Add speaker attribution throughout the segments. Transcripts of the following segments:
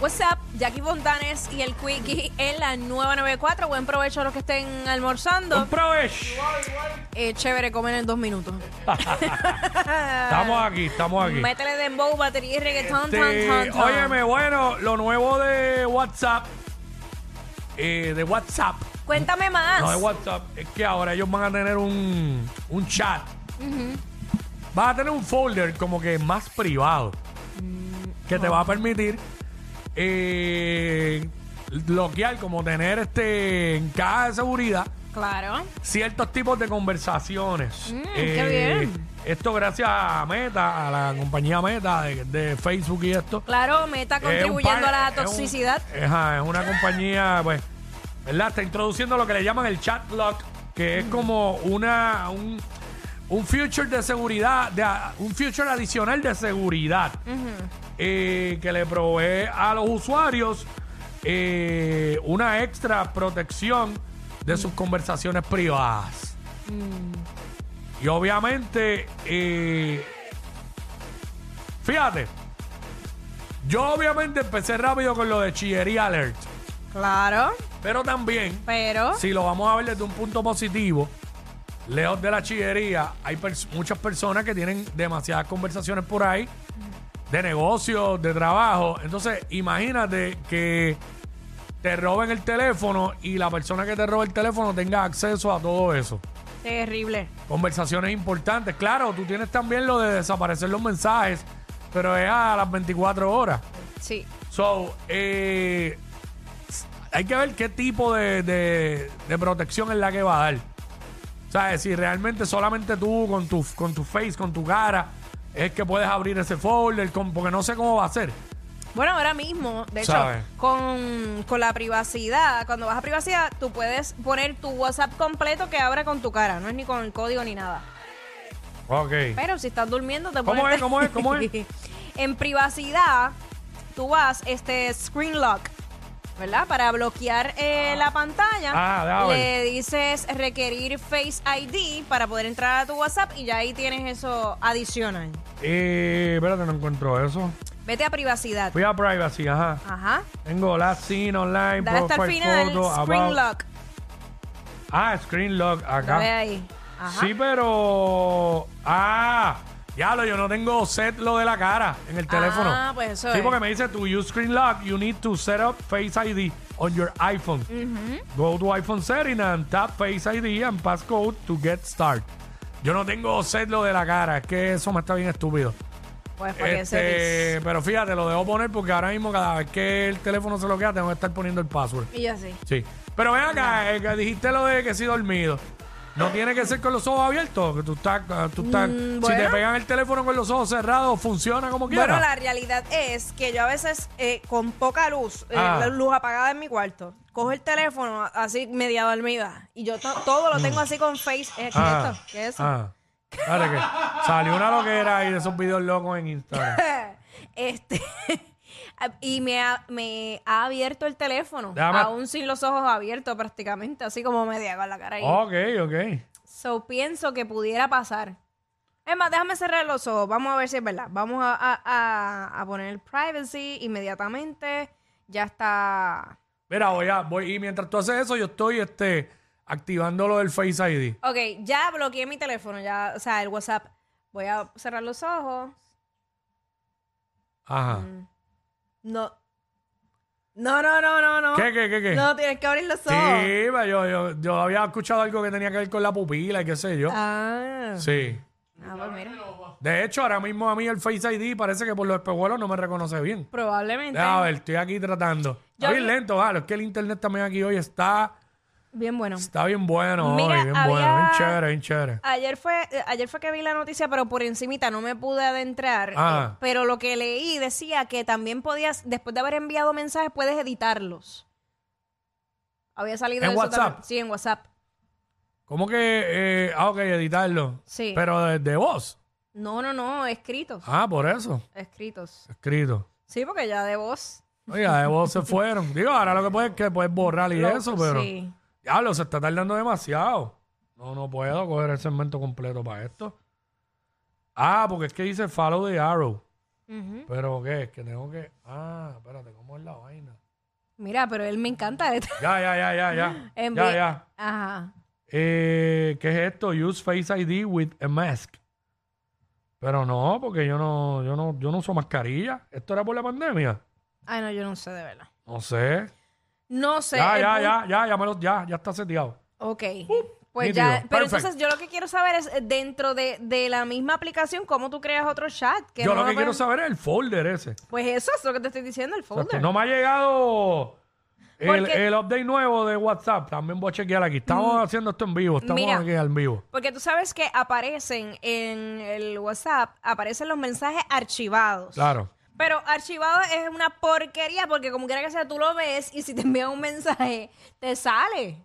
Speaker 1: What's up, Jackie Fontanes y el Quickie en la 994. Buen provecho a los que estén almorzando.
Speaker 2: Provesh.
Speaker 1: Eh, chévere, comen en dos minutos.
Speaker 2: Estamos aquí, estamos aquí.
Speaker 1: Métele dembow, batería y reggaetón.
Speaker 2: Este,
Speaker 1: tan, tan, tan.
Speaker 2: óyeme, bueno, lo nuevo de WhatsApp, eh, de WhatsApp,
Speaker 1: Cuéntame más.
Speaker 2: no de WhatsApp, es que ahora ellos van a tener un, un chat. Vas a tener un folder como que más privado, que te va a permitir eh, bloquear, como tener este en caja de seguridad
Speaker 1: Claro.
Speaker 2: ciertos tipos de conversaciones.
Speaker 1: Mm,
Speaker 2: Eh,
Speaker 1: qué bien.
Speaker 2: Esto gracias a Meta, a la compañía Meta de, de Facebook y esto.
Speaker 1: Claro, me está contribuyendo
Speaker 2: Es un
Speaker 1: a
Speaker 2: par-
Speaker 1: la
Speaker 2: es un-
Speaker 1: toxicidad.
Speaker 2: ajá, es una compañía, pues, ¿verdad? Está introduciendo lo que le llaman el chat lock, que es como una un, un feature de seguridad, de, a- un feature adicional de seguridad eh, que le provee a los usuarios eh, una extra protección de sus conversaciones privadas.
Speaker 1: Mm.
Speaker 2: Y obviamente, eh, fíjate, yo obviamente empecé rápido con lo de chillería alert,
Speaker 1: Claro,
Speaker 2: pero también,
Speaker 1: pero.
Speaker 2: si lo vamos a ver desde un punto positivo, lejos de la chillería, hay pers- muchas personas que tienen demasiadas conversaciones por ahí, de negocios, de trabajo. Entonces, imagínate que te roben el teléfono y la persona que te roba el teléfono tenga acceso a todo eso.
Speaker 1: Terrible.
Speaker 2: Conversaciones importantes. Claro, tú tienes también lo de desaparecer los mensajes, pero es a las 24 horas.
Speaker 1: Sí.
Speaker 2: So, eh, hay que ver qué tipo de, de- de protección es la que va a dar. ¿Sabes? Si realmente solamente tú, con tu, con tu face, con tu cara, es que puedes abrir ese folder, con- porque no sé cómo va a ser.
Speaker 1: Bueno, ahora mismo, de hecho,
Speaker 2: ¿Sabe?
Speaker 1: con, con la privacidad, cuando vas a privacidad, tú puedes poner tu WhatsApp completo que abra con tu cara, no es ni con el código ni nada.
Speaker 2: Ok.
Speaker 1: Pero si estás durmiendo, te
Speaker 2: ¿Cómo
Speaker 1: pones-
Speaker 2: es? ¿Cómo es? ¿Cómo es?
Speaker 1: en privacidad, tú vas, este, screen lock, ¿verdad? Para bloquear eh, la pantalla,
Speaker 2: Ah, déjame
Speaker 1: le dices requerir Face ID para poder entrar a tu WhatsApp y ya ahí tienes eso adicional.
Speaker 2: Eh, espérate, no encuentro eso.
Speaker 1: Vete a privacidad.
Speaker 2: Fui a privacy, ajá.
Speaker 1: Ajá.
Speaker 2: Tengo last scene online,
Speaker 1: Dale hasta el
Speaker 2: profile
Speaker 1: final,
Speaker 2: photo,
Speaker 1: screen
Speaker 2: about-
Speaker 1: lock.
Speaker 2: Ah, screen lock,
Speaker 1: Lo ve
Speaker 2: acá.
Speaker 1: ahí. Ajá.
Speaker 2: Sí, pero. Ah, ya lo, yo no tengo set lo de la cara en el teléfono.
Speaker 1: Ah, pues eso
Speaker 2: Sí,
Speaker 1: es.
Speaker 2: porque me dice, to use screen lock, you need to set up Face ID on your iPhone. Go to iPhone setting and tap Face ID and passcode to get started. Yo no tengo set lo de la cara, es que eso me está bien estúpido.
Speaker 1: Pues para que
Speaker 2: Este,
Speaker 1: se
Speaker 2: pero fíjate, lo debo poner porque ahora mismo cada vez que el teléfono se lo queda tengo que estar poniendo el password.
Speaker 1: Y así.
Speaker 2: Sí. Pero ven acá, eh, que dijiste lo de que si dormido. No tiene que ser con los ojos abiertos, que tú estás, ah, tú estás-
Speaker 1: Mm,
Speaker 2: si te
Speaker 1: bueno.
Speaker 2: pegan el teléfono con los ojos cerrados, funciona como quieras.
Speaker 1: Bueno, la realidad es que yo a veces eh, con poca luz, eh,
Speaker 2: Ah.
Speaker 1: la luz apagada en mi cuarto, cojo el teléfono así media dormida y yo to- todo lo tengo así con face. eh, ¿Qué es
Speaker 2: Mm. Ah,
Speaker 1: esto? ¿Qué es eso?
Speaker 2: ah. Espérate que salió una loquera ahí de esos videos locos en Instagram.
Speaker 1: Este. Y me ha, me ha abierto el teléfono,
Speaker 2: Déjame-
Speaker 1: aún sin los ojos abiertos prácticamente, así como media con la cara ahí.
Speaker 2: ok, ok.
Speaker 1: So pienso que pudiera pasar. Es más, déjame cerrar los ojos. Vamos a ver si es verdad. Vamos a, a- a- a poner el privacy inmediatamente. Ya está.
Speaker 2: Mira, voy a, voy, y mientras tú haces eso, yo estoy este, activando lo del Face ID.
Speaker 1: Ok, ya bloqueé mi teléfono, ya, o sea, el WhatsApp. Voy a cerrar los ojos.
Speaker 2: Ajá.
Speaker 1: Mm. No. No, no, no, no, no.
Speaker 2: ¿Qué, qué, qué, qué?
Speaker 1: No, tienes que abrir los
Speaker 2: sí,
Speaker 1: ojos.
Speaker 2: pero yo, yo, yo había escuchado algo que tenía que ver con la pupila y qué sé yo.
Speaker 1: Ah.
Speaker 2: Sí.
Speaker 1: Ah, pues mira.
Speaker 2: De hecho, ahora mismo a mí el Face ID parece que por los espejuelos no me reconoce bien.
Speaker 1: Probablemente.
Speaker 2: A ver, estoy aquí tratando.
Speaker 1: Yo
Speaker 2: Está bien
Speaker 1: vi-
Speaker 2: lento, claro. Es que el internet también aquí hoy está
Speaker 1: Bien bueno.
Speaker 2: Está bien bueno,
Speaker 1: Mira,
Speaker 2: hoy, bien bueno,
Speaker 1: había-
Speaker 2: bien chévere, bien chévere.
Speaker 1: Ayer fue, eh, ayer fue que vi la noticia, pero por encimita no me pude adentrar.
Speaker 2: Ah.
Speaker 1: Eh, Pero lo que leí decía que también podías, después de haber enviado mensajes, puedes editarlos. Había salido
Speaker 2: ¿En
Speaker 1: eso
Speaker 2: WhatsApp?
Speaker 1: también. Sí, en WhatsApp.
Speaker 2: ¿Cómo que, eh, ah, ok, editarlo?
Speaker 1: Sí.
Speaker 2: Pero de, de voz.
Speaker 1: No, no, no, escritos.
Speaker 2: Ah, por eso,
Speaker 1: Escritos.
Speaker 2: escrito.
Speaker 1: Sí, porque ya de voz.
Speaker 2: Oiga, de voz se fueron. Digo, ahora lo que puedes es que puedes borrar y
Speaker 1: lo-
Speaker 2: eso, pero...
Speaker 1: Sí.
Speaker 2: Diablo, se está tardando demasiado. No, no puedo coger el segmento completo para esto. Ah, porque es que dice follow the arrow.
Speaker 1: Ujú.
Speaker 2: Pero qué, es que tengo que. Ah, espérate, ¿cómo es la vaina?
Speaker 1: Mira, pero él me encanta.
Speaker 2: Ya, ya, ya, ya, ya.
Speaker 1: Envi-
Speaker 2: ya, ya.
Speaker 1: Ajá.
Speaker 2: Eh, ¿Qué es esto? Use Face ID with a mask. Pero no, porque yo no, yo no, yo no uso mascarilla. ¿Esto era por la pandemia?
Speaker 1: Ay, no, yo no sé, de verdad.
Speaker 2: No sé.
Speaker 1: No sé.
Speaker 2: ya,
Speaker 1: el
Speaker 2: ya,
Speaker 1: punto-
Speaker 2: ya, ya, ya, me lo- ya, ya está seteado.
Speaker 1: Ok. Pues
Speaker 2: nítido.
Speaker 1: ya, pero
Speaker 2: Perfect.
Speaker 1: entonces yo lo que quiero saber es eh, dentro de, de la misma aplicación, ¿cómo tú creas otro chat?
Speaker 2: Yo lo
Speaker 1: no
Speaker 2: que quiero
Speaker 1: pueden-
Speaker 2: saber es el folder ese.
Speaker 1: Pues eso es lo que te estoy diciendo, el
Speaker 2: Exacto.
Speaker 1: folder.
Speaker 2: No me ha llegado el,
Speaker 1: Porque- Mm.
Speaker 2: el update nuevo de WhatsApp. También voy a chequear aquí. Estamos haciendo esto en vivo. Estamos
Speaker 1: Mira.
Speaker 2: aquí al vivo.
Speaker 1: Porque tú sabes que aparecen en el WhatsApp, aparecen los mensajes archivados.
Speaker 2: Claro.
Speaker 1: Pero archivado es una porquería porque como quiera que sea, tú lo ves y si te envían un mensaje, te sale.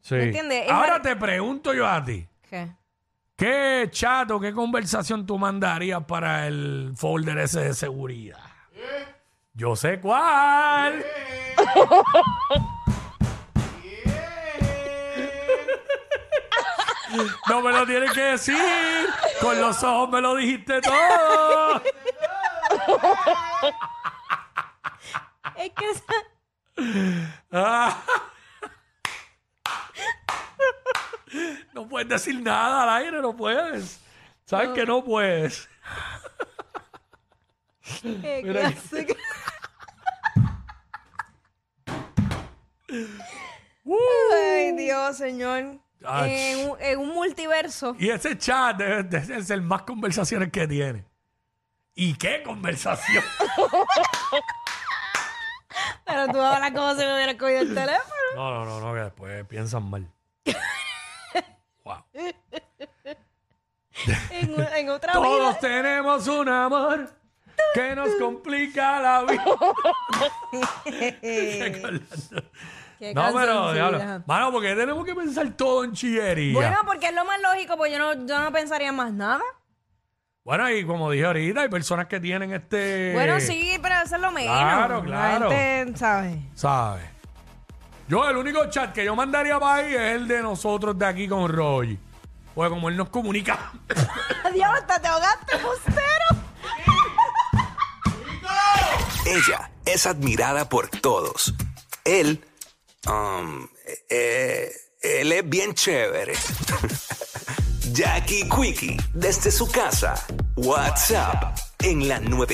Speaker 2: Sí.
Speaker 1: ¿Me entiendes? Es
Speaker 2: Ahora
Speaker 1: ar-
Speaker 2: te pregunto yo a ti.
Speaker 1: ¿Qué?
Speaker 2: ¿Qué chat o qué conversación tú mandarías para el folder ese de seguridad? Yo sé cuál. No me lo tienes que decir. Con los ojos me lo dijiste todo.
Speaker 1: Es que esa-
Speaker 2: Ah. No puedes decir nada al aire, no puedes. ¿Sabes que no puedes?
Speaker 1: Eh,
Speaker 2: Mira
Speaker 1: qué
Speaker 2: ahí.
Speaker 1: asco. Ay, Dios, señor.
Speaker 2: Ach.
Speaker 1: En un, en un multiverso.
Speaker 2: Y ese chat debe de ser el más conversaciones que tiene. ¿Y qué conversación?
Speaker 1: Pero tú hablas como si me hubieras cogido el teléfono.
Speaker 2: No, no, no, no, que después piensan mal. Wow.
Speaker 1: En, un- en otra
Speaker 2: Todos
Speaker 1: vida.
Speaker 2: tenemos un amor que nos complica la vida. Recordando.
Speaker 1: Eh, Qué
Speaker 2: no, pero,
Speaker 1: cancioncilla.
Speaker 2: diablo. Mano, porque tenemos que pensar todo en chillería.
Speaker 1: Bueno, porque es lo más lógico, pues yo no, yo no pensaría más nada.
Speaker 2: Bueno, y como dije ahorita, hay personas que tienen este.
Speaker 1: Bueno, sí, pero eso es lo menos.
Speaker 2: Claro, claro.
Speaker 1: La gente, ¿sabes?
Speaker 2: ¿Sabes? Yo, el único chat que yo mandaría para ahí es el de nosotros de aquí con Roy. Porque como él nos comunica.
Speaker 1: Adiós, hasta te ahogaste, bustero.
Speaker 3: Ella es admirada por todos. Él, um, eh, él es bien chévere. Jackie Quickie, desde su casa. WhatsApp, en la 9.